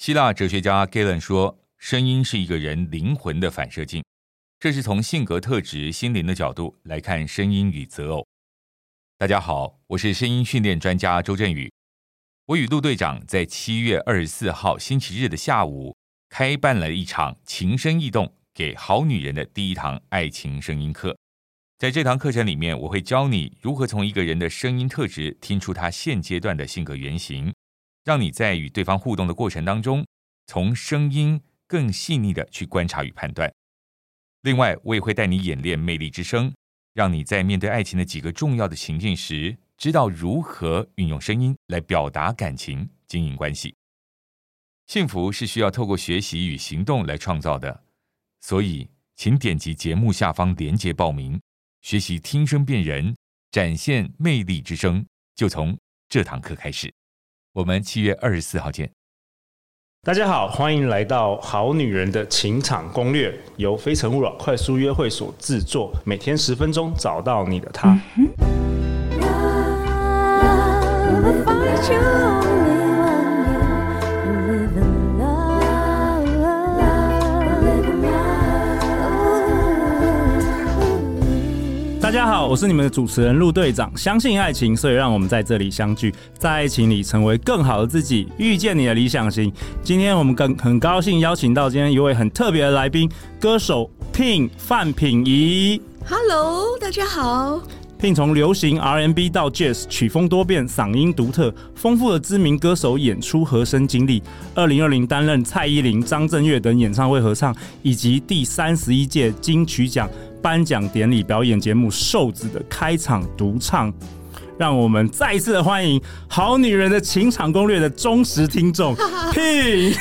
希腊哲学家 Galen 说，声音是一个人灵魂的反射镜，这是从性格特质、心灵的角度来看声音与择偶。大家好，我是声音训练专家周振宇。我与陆队长在七月二十四号星期日的下午，开办了一场“情深意动”给好女人的第一堂爱情声音课。在这堂课程里面，我会教你如何从一个人的声音特质听出他现阶段的性格原型。让你在与对方互动的过程当中，从声音更细腻的去观察与判断。另外，我也会带你演练魅力之声，让你在面对爱情的几个重要的情境时，知道如何运用声音来表达感情、经营关系。幸福是需要透过学习与行动来创造的，所以请点击节目下方链接报名，学习听声辨人，展现魅力之声，就从这堂课开始。我们七月二十四号见。大家好，欢迎来到《好女人的情场攻略》，由非诚勿扰快速约会所制作，每天十分钟，找到你的他。 Love, I find you only when you live in love, live in love. 大家好，我是你们的主持人陆队长。相信爱情，所以让我们在这里相聚，在爱情里成为更好的自己，遇见你的理想型。今天我们更很高兴邀请到今天一位很特别的来宾，歌手 Pin 范品仪。 Hello，大家好。 Pin 从流行 R&B 到 Jazz，曲风多变，嗓音独特，丰富的知名歌手演出和声经历。二零二零担任蔡依林、张震岳等演唱会合唱，以及第三十一届金曲奖颁奖典礼表演节目《瘦子》的开场独唱。让我们再一次的欢迎《好女人的情场攻略》的忠实听 众 Pin，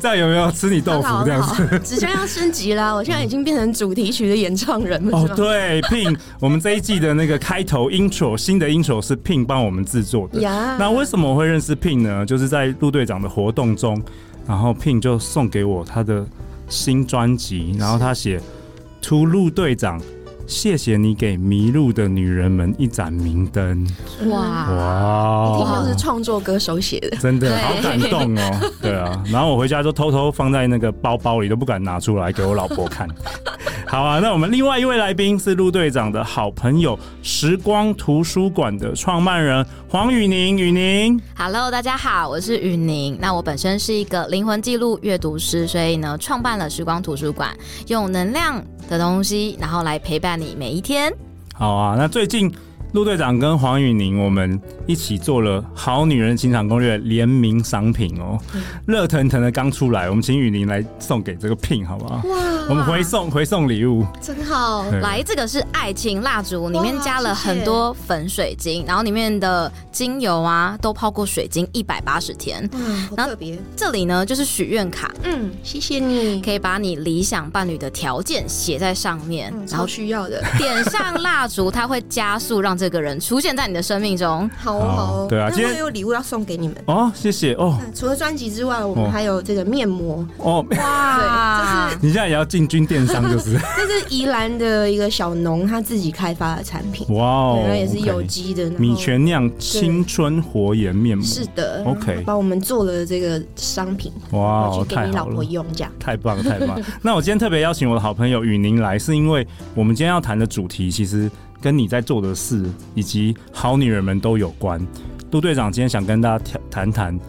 这样有没有吃你豆很腐好这很样子？好，只想要升级啦！我现在已经变成主题曲的演唱人了，哦 是，吗？对，Pin，我 们这一季的那个开头 intro 新的 intro 是 Pin 帮我们制作的。呀那为什么我会认识 Pin 呢？就是在陆队长的活动中，然后 Pin 就送给我他的新专辑，然后他写“图陆队长”。谢谢你给迷路的女人们一盏明灯，哇，哇、哦一听就是创作歌手写的，真的好感动哦，对啊。然后我回家就偷偷放在那个包包里，都不敢拿出来给我老婆看。 好啊，那我们另外一位来宾是陆队长的好朋友，时光图书馆的创办人黄宇宁。宇宁， Hello，大家好，我是雨宁。那我本身是一个灵魂记录阅读师，所以呢，创办了时光图书馆，用能量的东西，然后来陪伴你每一天。好啊。那最近陆队长跟黄宇宁我们一起做了《好女人情场攻略》联名商品哦，热腾腾的刚出来，我们请宇宁来送给这个聘好不好？我们回送回送礼物。真好。对来，这个是爱情蜡烛，里面哇加了谢谢很多粉水晶，然后里面的精油啊，都泡过水晶一百八十天。嗯，好然后特别。这里呢，就是许愿卡，嗯，谢谢你，可以把你理想伴侣的条件写在上面，嗯，然超后需要的。点上蜡烛，它会加速让这个人出现在你的生命中。好哦，好好哦。对啊那今我天有礼物要送给你们。哦，谢谢哦那除了专辑之外，我哦们还有这个面膜，哦，哇，你现在也要进军电商， 就是这是宜兰的一个小农他自己开发的产品，哇哦对，然后也是有 OK 机的，然后米泉酿青春活颜面膜，是的 OK 帮我们做了这个商品，哇回哦，去给太你老好婆了。用，这样。太棒了，太棒了！那我今天特别邀请我的好朋友雨宁来，是因为我们今天要谈的主题，其实跟你在做的事以及好女人们都有关。陆队长今天想跟大家调谈谈，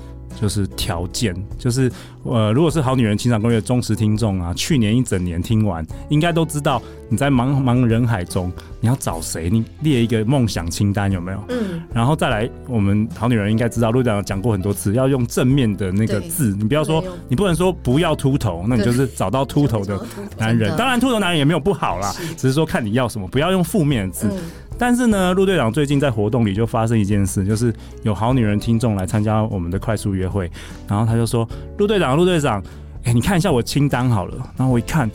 就是条件，就是呃，如果是好女人情场攻略的忠实听众啊，去年一整年听完，应该都知道你在茫茫人海中，你要找谁？你列一个梦想清单，有没有？嗯，然后再来，我们好女人应该知道，陆队长讲过很多次，要用正面的那个对字，你不要说对哦，你不能说不要秃头，那你就是找到秃头的男真人。的当然，秃头男人也没有不好啦，只是说看你要什么，不要用负面的字。嗯但是呢，陆队长最近在活动里就发生一件事，就是有好女人听众来参加我们的快速约会，然后他就说：“陆队长，陆队长，哎、你看一下我清单好了。”然后我一看，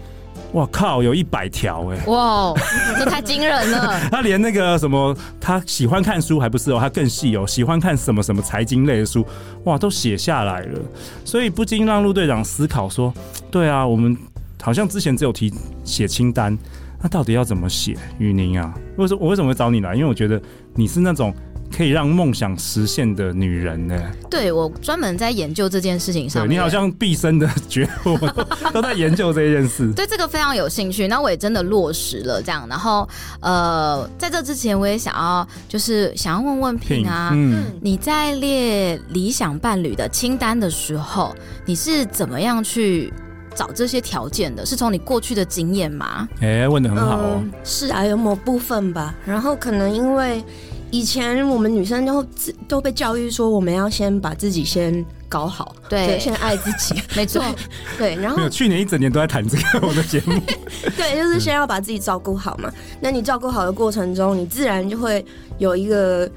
哇靠，有一百条哎。哇，哦这太惊人 了！他连那个什么，他喜欢看书还不是哦，他更细哦，喜欢看什么什么财经类的书，哇，都写下来了。所以不禁让陆队长思考说，对啊，我们好像之前只有提写清单，那到底要怎么写？雨宁啊，为什么我为什么会找你来？因为我觉得你是那种可以让梦想实现的女人呢？对我专门在研究这件事情上对面，你好像毕生的觉悟 都在研究这件 事。对这个非常有兴趣，那我也真的落实了这样。然后呃，在这之前我也想要就是想要问问平啊，嗯，你在列理想伴侣的清单的时候，你是怎么样去找这些条件的？是从你过去的经验吗？哎、问的很好哦。嗯，是啊，有某部分吧。然后可能因为以前我们女生都自都被教育说，我们要先把自己先搞好，对先爱自己，没错，对，然后没有，去年一整年都在谈这个我的节目，对，就是先要把自己照顾好嘛。那你照顾好的过程中，你自然就会有一个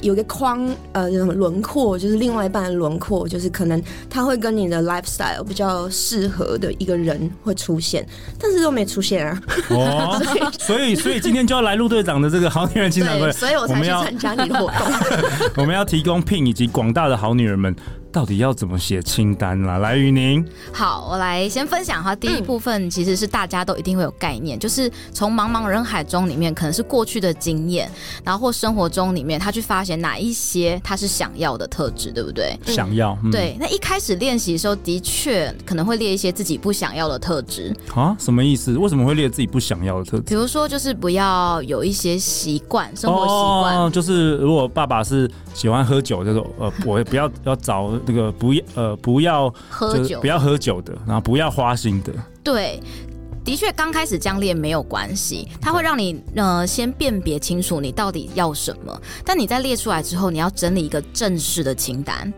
有一个框，呃，叫什么轮廓，就是另外一半的轮廓，就是可能他会跟你的 lifestyle 比较适合的一个人会出现，但是都没出现啊。 哦，所以所以今天就要来陆队长的这个好女人情感会 对，，所以我我才们去要参加你的活动。 我们要提供 Pin 以及广大的好女人们到底要怎么写清单啦？来，雨宁，好，我来先分享哈。第一部分其实是大家都一定会有概念，就是从茫茫人海中里面，可能是过去的经验，然后或生活中里面，他去发现哪一些他是想要的特质，对不对？想要、嗯、对，那一开始练习的时候，的确可能会列一些自己不想要的特质，啊？什么意思？为什么会列自己不想要的特质？比如说就是不要有一些习惯，生活习惯。哦，就是如果爸爸是喜欢喝酒，就是 呃，我不要要找那个不要呃不要喝就是酒不，要喝酒的，然后不要花心的，对，的确刚开始这样练没有关系，它会让你呃先辨别清楚你到底要什么。但你在列出来之后，你要整理一个正式的清单。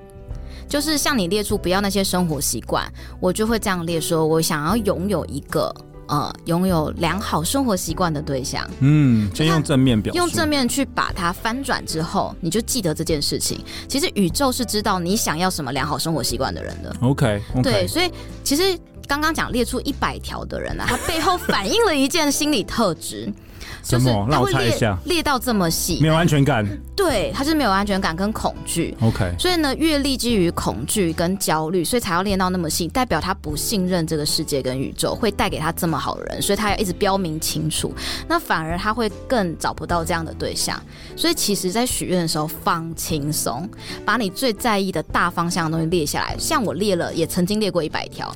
就是像你列出不要那些生活习惯，我就会这样列说，我想要拥有一个呃拥有良好生活习惯的对象，嗯，先用正面表述，用正面去把它翻转之后，你就记得这件事情。其实宇宙是知道你想要什么良好生活习惯的人的。 OK OK，对，所以其实刚刚讲列出一百条的人啊，他背后反映了一件心理特质， 什就是么？他让我会猜一列下，列到这么细没，有安全感对，他是没有安全感跟恐惧。 ，OK，所以呢，越立基于恐惧跟焦虑，所以才要练到那么细，代表他不信任这个世界跟宇宙会带给他这么好的人，所以他要一直标明清楚。那反而他会更找不到这样的对象。所以其实，在许愿的时候放轻松，把你最在意的大方向的东西列下来。像我列了，也曾经列过一百条，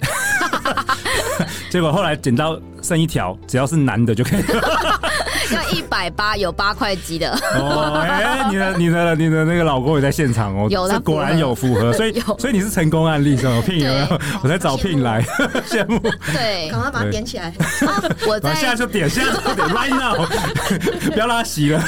结果后来捡到剩一条，只要是男的就可以。 要一百八有八块 肌的，哦，哎、你的、你的、你的那个老公也在现场哦，有啦这果然符合有符合，所以 有所以你是成功案例是吗？聘有没有对？我在找聘来，羡慕。对赶，快把它 对点起来。我 然后现在在。就点，现在就 点，right now，不 要让他洗了，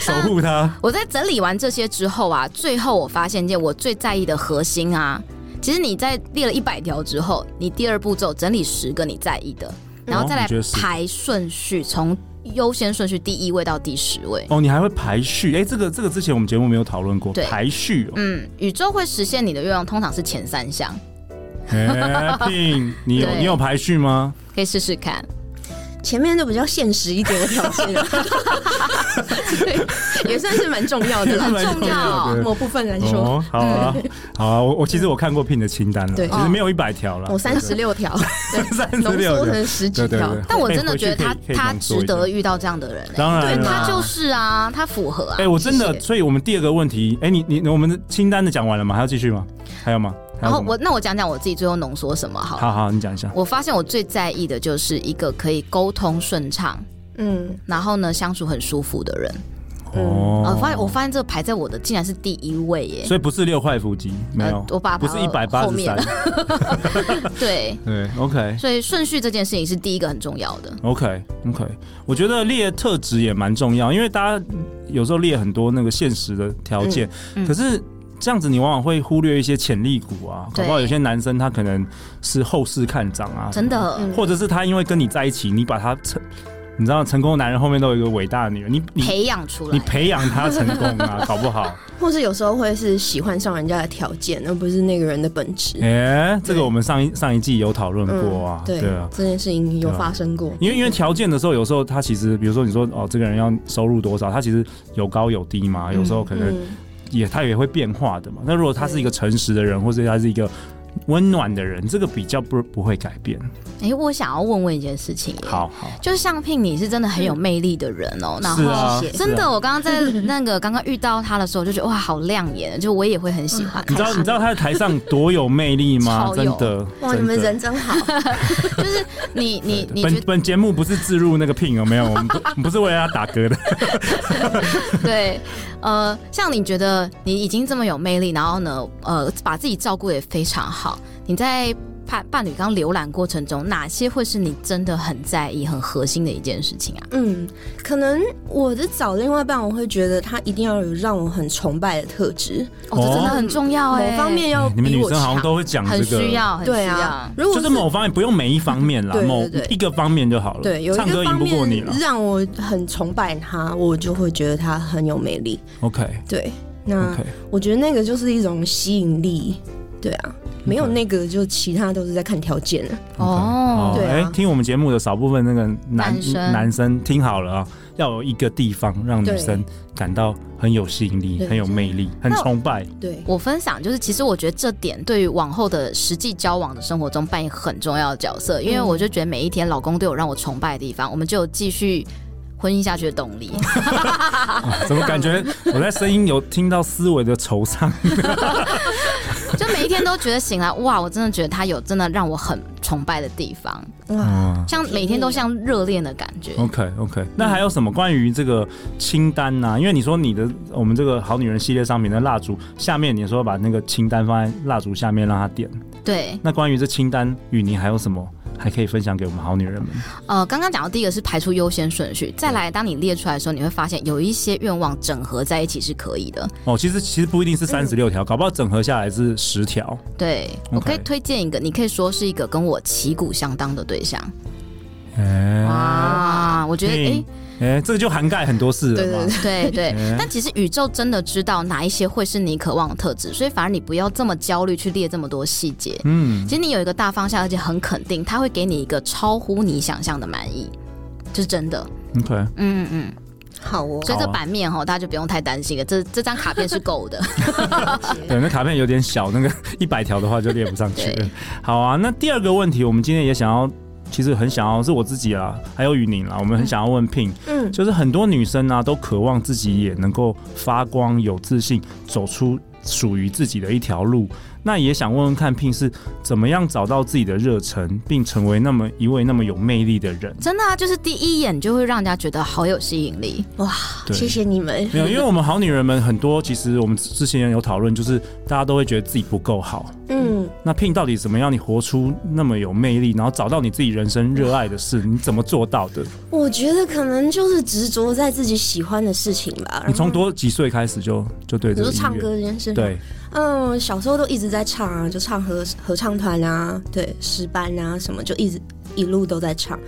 守护他。我在整理完这些之后啊，最后我发现一件我最在意的核心啊，其实你在列了一百条之后，你第二步骤整理十个你在意的，然后再哦来你觉得是排顺序，从优先顺序第一位到第十位。哦，你还会排序？哎、这个这个之前我们节目没有讨论过对排序 哦。嗯，宇宙会实现你的愿望，通常是前三项，哎、聘，你有对你有排序吗？可以试试看。前面都比较现实一点的条 件啊，对，也算是 蛮重哦要的啦，蛮重 要的某部分来说，哦，好 啊，好啊，我我其实我看过聘的清单了，对其实没有一百条了，哦我三十六条， 三十浓六缩条成。十几条。但我真的哎觉得他回去可以可以他浓缩一值下得遇到这样的人、欸，当然对啦他就是啊，他符合啊。哎、我真谢的，谢所以我们第二个问题，哎、你你我们的清单的讲完了吗？还要继续吗？还有吗？还然有后什么我那我讲讲我自己最后浓缩什么好了。好好，你讲一下。我发现我最在意的就是一个可以沟通顺畅，嗯，然后呢相处很舒服的人。哦呃，发现我发现这个排在我的竟然是第一位 耶。所以不是六块腹肌，没有，呃我把它不是一百排到八后十面三了，对，对，OK。所以顺序这件事情是第一个很重要的。 OK OK，我嗯觉得列特质也蛮重要，因为大家有时候列很多那个现实的条件，嗯嗯可是这样子你往往会忽略一些潜力股啊，对搞不好有些男生他可能是后市看涨啊，真的，嗯或者是他因为跟你在一起，你把他成，你知道成功的男人后面都有一个伟大的女人，你你培养出你来。培养他成功啊，搞不 好。或是有时候会是喜欢上人家的条件，而不是那个人的本质。嗯哎、这个我们上一上一季有讨论过啊，对啊。这件事情有对啊发生过。因为因为条件的时候，有时候他其实，比如说你说哦，这个人要收入多少，他其实有高有低嘛，有时候可能嗯，也他也会变化的嘛。那如果他是一个诚实的人，或者他是一个温暖的人，这个比较不不会改变。哎、我想要问问一件事情耶，好好，就是相聘，你是真的很有魅力的人哦、然后是啊谢谢真的，我刚刚在那个 刚刚遇到他的时候，就觉得哇，好亮眼，就我也会很喜欢你他。知道你知道他在台上多有魅力吗？超真有的，哇，呃真你们的人真好， 就是你你你觉本得本节目不是置入那个聘有没有？我们不我们不是为了他打嗝 的。 对，呃，像你觉得你已经这么有魅力，然后呢，呃，把自己照顾得也非常好，你在伴伴侣刚浏览过程中，哪些会是你真的很在意、很核心的一件事情啊？嗯，可能我的找另外一半，我会觉得他一定要有让我很崇拜的特质，哦，这真的哦很重要哎、某方面要你们比女我啊生好强像。都会讲这很个，需要，很需要。对啊，如果就是某方面不用每一方面啦，对对某对一个方面就好了。对有一唱歌个赢方不过你面嗯了。让我很崇拜他，我就会觉得他很有魅力。 OK 对，那 OK，我觉得那个就是一种吸引力。对啊，没有那个就其他都是在看条件啊了。哦，对啊哎，听我们节目的少部分那个男男生男生听好了啊，要有一个地方让女对生感到很有吸引力、对很有魅力、很那崇 拜。对，我分享就是，其实我觉得这点对于往后的实际交往的生活中扮演很重要的角色，因为嗯我就觉得每一天老公都有让我崇拜的地方，我们就有继续婚姻下去的动力。怎么感觉我在声音有听到思维的惆怅？就每一天都觉得醒来，哇，我真的觉得他有真的让我很崇拜的地方，嗯哇，像每天都像热恋的感觉。 OK OK，那还有什么关于这个清单呢、因为你说你的我们这个好女人系列商品的蜡烛下面，你说把那个清单放在蜡烛下面让它点。对，那关于这清单，雨宁还有什么还可以分享给我们好女人们？呃，刚刚讲到第一个是排出优先顺序，再来，当你列出来的时候，你会发现有一些愿望整合在一起是可以的。哦，其实其实不一定是三十六条，搞不好整合下来是十条。对我可以 OK 推荐一个，你可以说是一个跟我旗鼓相当的对象。哎、哇，我觉得诶。嗯哎、这个就涵盖很多事了嘛。对对嗯，但其实宇宙真的知道哪一些会是你渴望的特质，所以反而你不要这么焦虑去列这么多细节。嗯，其实你有一个大方向，而且很肯定，它会给你一个超乎你想象的满意，这是真的。 OK，嗯嗯，好哦，所以这好啊版面哈，大家就不用太担心了，这这张卡片是够的。 对，那卡片有点小，那个 一百条的话就列不上去了对。好啊，那第二个问题，我们今天也想要，其实很想要，是我自己啊，还有雨宁啦，我们很想要问 Pin，、嗯，就是很多女生啊，都渴望自己也能够发光、有自信，走出属于自己的一条路。那也想问问看，Pin 是怎么样找到自己的热忱，并成为那么一位那么有魅力的人？真的啊，就是第一眼就会让人家觉得好有吸 引力。对谢谢你们。没有， 因为我们好女人们很多，其实我们之前有讨论，就是大家都会觉得自己不够好，嗯，那 Pin 到底怎么样？你活出那么有魅力，然后找到你自己人生热爱的事，你怎么做到的？我觉得可能就是执着在自己喜欢的事情吧。你从多几岁开始就就对你这个说音乐唱歌这件事，，对嗯，小时候都一直在唱啊，就唱合合唱团啊，对，诗班啊什么，就一直一路都在唱。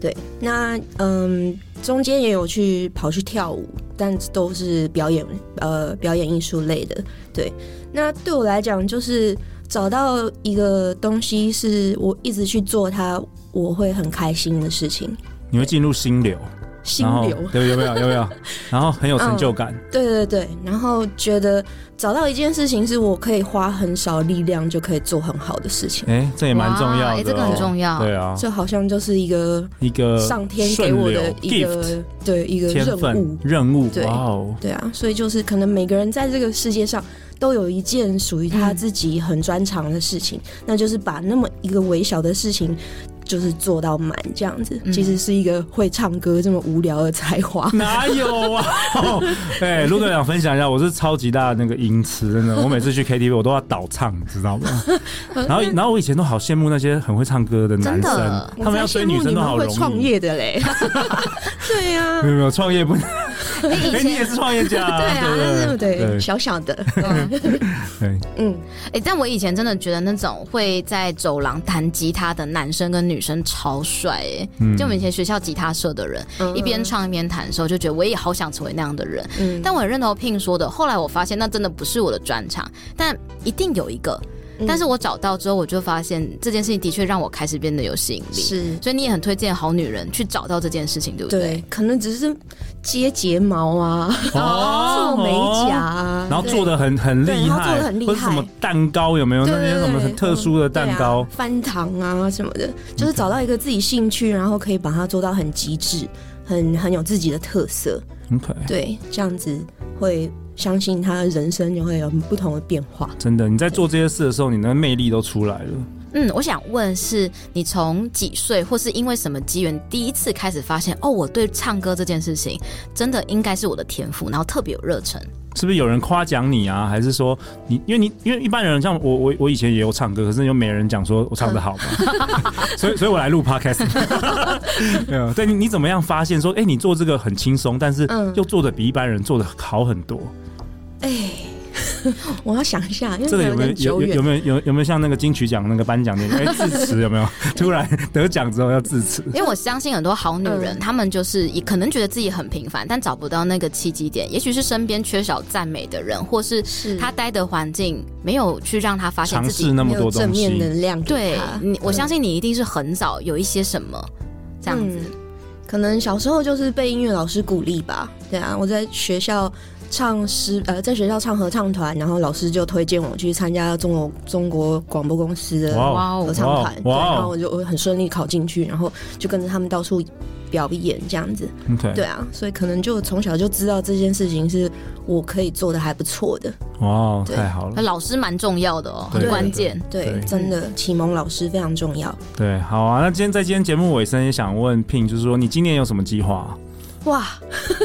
对，那嗯，中间也有去跑去跳舞，但都是表演呃表演艺术类的。对，那对我来讲，就是找到一个东西是我一直去做它，我会很开心的事情。你会进入心流，心然后流，对有没有有 没有？然后很有成就感，对对对，然后觉得找到一件事情是我可以花很少力量就可以做很好的事情，哎、这也蛮重要的、哇哦哎这个很重要对啊，这好像就是一个一个上天给我的顺流一 gift 个对一个天任务分。任务，对哇哦，对啊，所以就是可能每个人在这个世界上都有一件属于他自己很专长的事情，嗯那就是把那么一个微小的事情就是做到满这样子。嗯其实是一个会唱歌这么无聊的才华，哪有啊？哎、陆队长分享一下，我是超级大的那个音痴，真的，我每次 去 KTV 我都要倒唱，你知道吗？ 然嗯后，然后我以前都好羡慕那些很会唱歌的男真生的， 他们要追女生都好我才羡慕你们会容创易。哦业 的嘞，对呀、没有没有，创业不能。哎哎、以你也前是创业家、啊， 对啊，但是不对对小小 的，对 嗯，哎、但我以前真的觉得那种会在走廊弹吉他的男生跟女生超帅哎、嗯就我们以前学校吉他社的人，嗯一边唱一边弹的时候，就觉得我也好想成为那样的人。嗯但我很认同 Pin 说的，后来我发现那真的不是我的专长，但一定有一个。嗯但是我找到之后，我就发现这件事情的确让我开始变得有吸引力。是所以你也很推荐好女人去找到这件事情，对不对？对，可能只是接睫毛啊，哦做美甲啊，然后对做的很很厉对害，他做得很厉或者害什么蛋糕有没有？对那些对什么很特殊的蛋糕对啊，翻糖啊什么的，就是找到一个自己兴趣，然后可以把它做到很极致，很很有自己的特色。 OK，对，这样子会相信他的人生就会有不同的变化。真的，你在做这些事的时候，你的魅力都出来了。嗯，我想问是你从几岁，或是因为什么机缘，第一次开始发现哦，我对唱歌这件事情真的应该是我的天赋，然后特别有热忱。是不是有人夸奖你啊？还是说你因为你因为一般人像我我我以前也有唱歌，可是又没人讲说我唱的好嘛， 所以所以我来录 podcast。没有，对你你怎么样发现说，哎、你做这个很轻松，但是嗯又做的比一般人做的好很多？哎， 我要想一下，因为这个有没有嗯点久有有远有。没有有有没有像那个金曲奖那个颁奖典礼，哎、致辞有没有？ 突然得奖之后要致辞，因为我相信很多好女人，嗯她们就是也可能觉得自己很平凡，但找不到那个契机点，也许是身边缺少赞美的人，或是是她待的环境没有去让她发现尝自试己。那没么有多正东面西。能量给对他，你，我相信你一定是很早有一些什么这样子。嗯可能小时候就是被音乐老师鼓励吧。对啊，我在学校唱诗，呃，在学校唱合唱团，然后老师就推荐我去参加中国中国广播公司的哇哇合哦，唱团，对，哇哦然后我就我很顺利考进去，然后就跟着他们到处表演这样子， OK，对啊，所以可能就从小就知道这件事情是我可以做的还不错的，哇，对太好了。老师蛮重要的哦，对很关键。对，对真的启蒙老师非常重要。对，好啊。那今天在今天节目尾声，也想问 Pin，就是说你今年有什么计划啊？哇，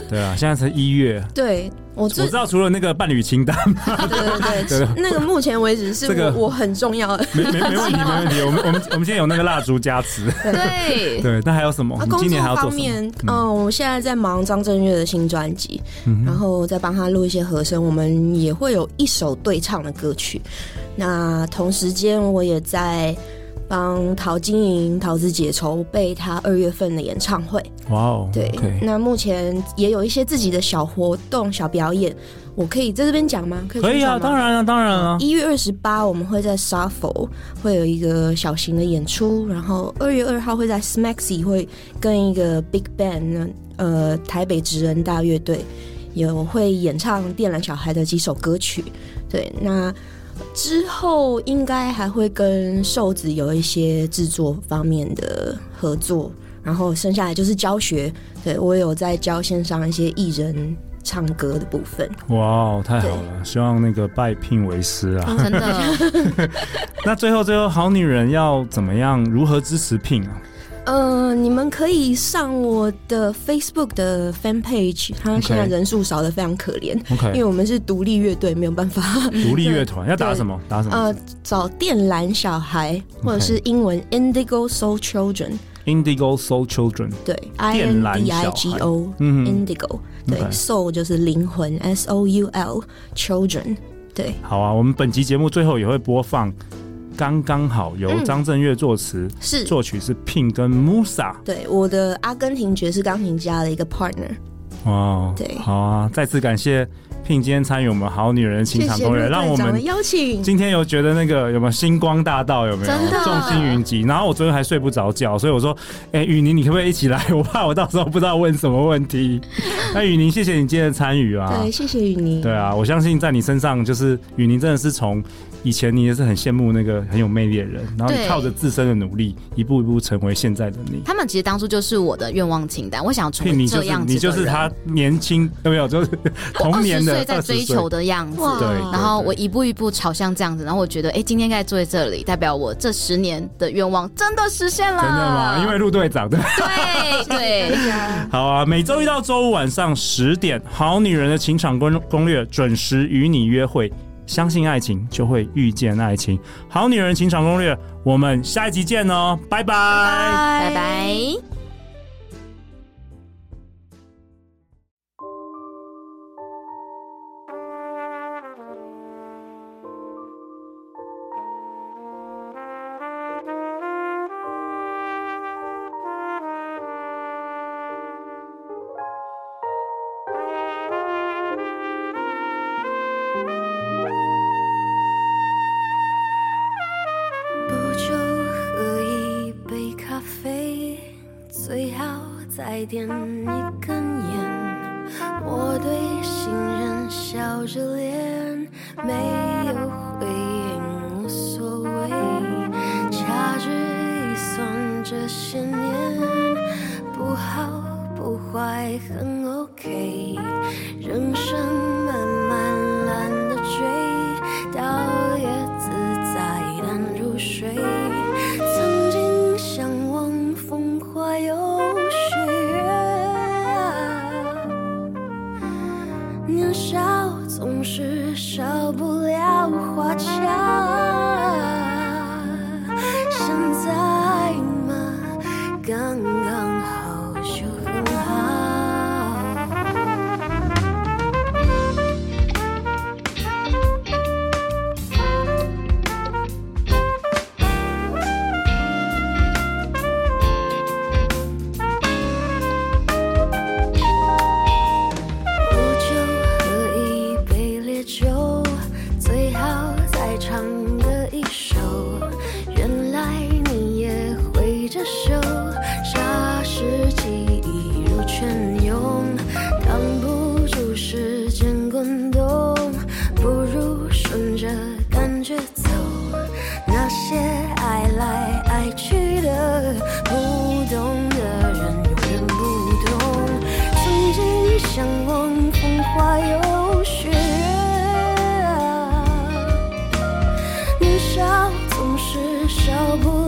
对啊，现在才一月，对我我最知道除了那个伴侣清单，对对 对，对那个目前为止是这个我我很重要的。没没没问题，没问题。我们我们我们现在有那个蜡烛加 持，对，对。那还有什么？啊，哦你工今作年还要做方什么？面，嗯，我现在在忙张震岳的新专辑，嗯然后再帮他录一些和声，我们也会有一首对唱的歌曲。那同时间，我也在帮陶晶莹、桃子姐筹备她二月份的演唱会。哇哦，对嗯 OK 那目前也有一些自己的小活动、小表演，我可以在这边讲吗？可以可以宣传啊，吗当。然了，当然了。一月二十八，我们会在 s a f o 会有一个小型的演出，然后二月二号会在 Smaxy 会跟一个 Big Band 呃台北职人大乐队有会演唱《电缆小孩》的几首歌曲。对，那之后应该还会跟瘦子有一些制作方面的合作，然后剩下来就是教学。对我有在教线上一些艺人唱歌的部分。哇哦，太好了！希望那个拜 Pin 为师嗯啊。真的，那最后最后，好女人要怎么样？如何支持 Pin 啊？呃，你们可以上我的 Facebook 的 fan page，他现在 OK 人数少的非常可怜 OK 因为我们是独立乐队，没有 办法。独立乐团要打什么？打什么呃，找电缆小孩或者是英文 Indigo Soul Children， ？Indigo Soul Children。对，I 电 N 缆 D 小孩 I G O 嗯哼 Indigo，对 OK ，Soul 就是灵魂，S O U L Children，对，好啊，我们本集节目最后也会播放《刚刚好》，由嗯张震岳作词，是。作曲是 Pin 跟 Musa。对，我的阿根廷爵士钢琴家的一个 partner，哇，对好啊，再次感谢 Pin 今天参与我们《好女人情谢场谢攻陆略》，队让我长的们邀请，今天有觉得那个有没有星光大道有没有真的众星云集？然后我昨天还睡不着觉，所以我说，哎、雨宁你可不可以一起来？我怕我到时候不知道问什么问 题。那雨宁，谢谢你今天的参与啊。对，谢谢雨妮，对啊，我相信在你身上，就是雨宁真的是从以前你也是很羡慕那个很有魅力的人，然后你对靠着自身的努力，一步一步成为现在的你。 他们其实当初就是我的愿望清单，我想成聘为你就这是样子你就是的人他年轻有没有？就是童年我的20岁在追20岁求的样子。哇对，然后我对一步一步朝向这样子，然后我觉得，哎，今天应该坐在这里，代表我这十年的愿望真的实现了。真的吗？因为陆队长对。对对， 好啊，每周一到周五晚上十点，《好女人的情场攻攻略》准时与你约会。相信爱情，就会遇见爱情。《好女人情场攻略》，我们下一集见哦，拜拜拜拜。要再点一根烟。我对新人笑着脸，没有回应无所谓。掐指一算，这些年不好不坏很 OK。人生慢慢懒得追，倒也自在但入睡。曾经向往风花有雪啊年少总是少不了花俏。啊现在嘛，刚刚好就很好。我就喝一杯烈酒，最好再唱个一首。原来你也会这首，霎时记忆如泉涌，挡不住时间滚动，不如顺着感觉走。那些爱来爱去的，不懂的人永远不懂。曾经向往风花有雪，啊年少总是少不啊啊啊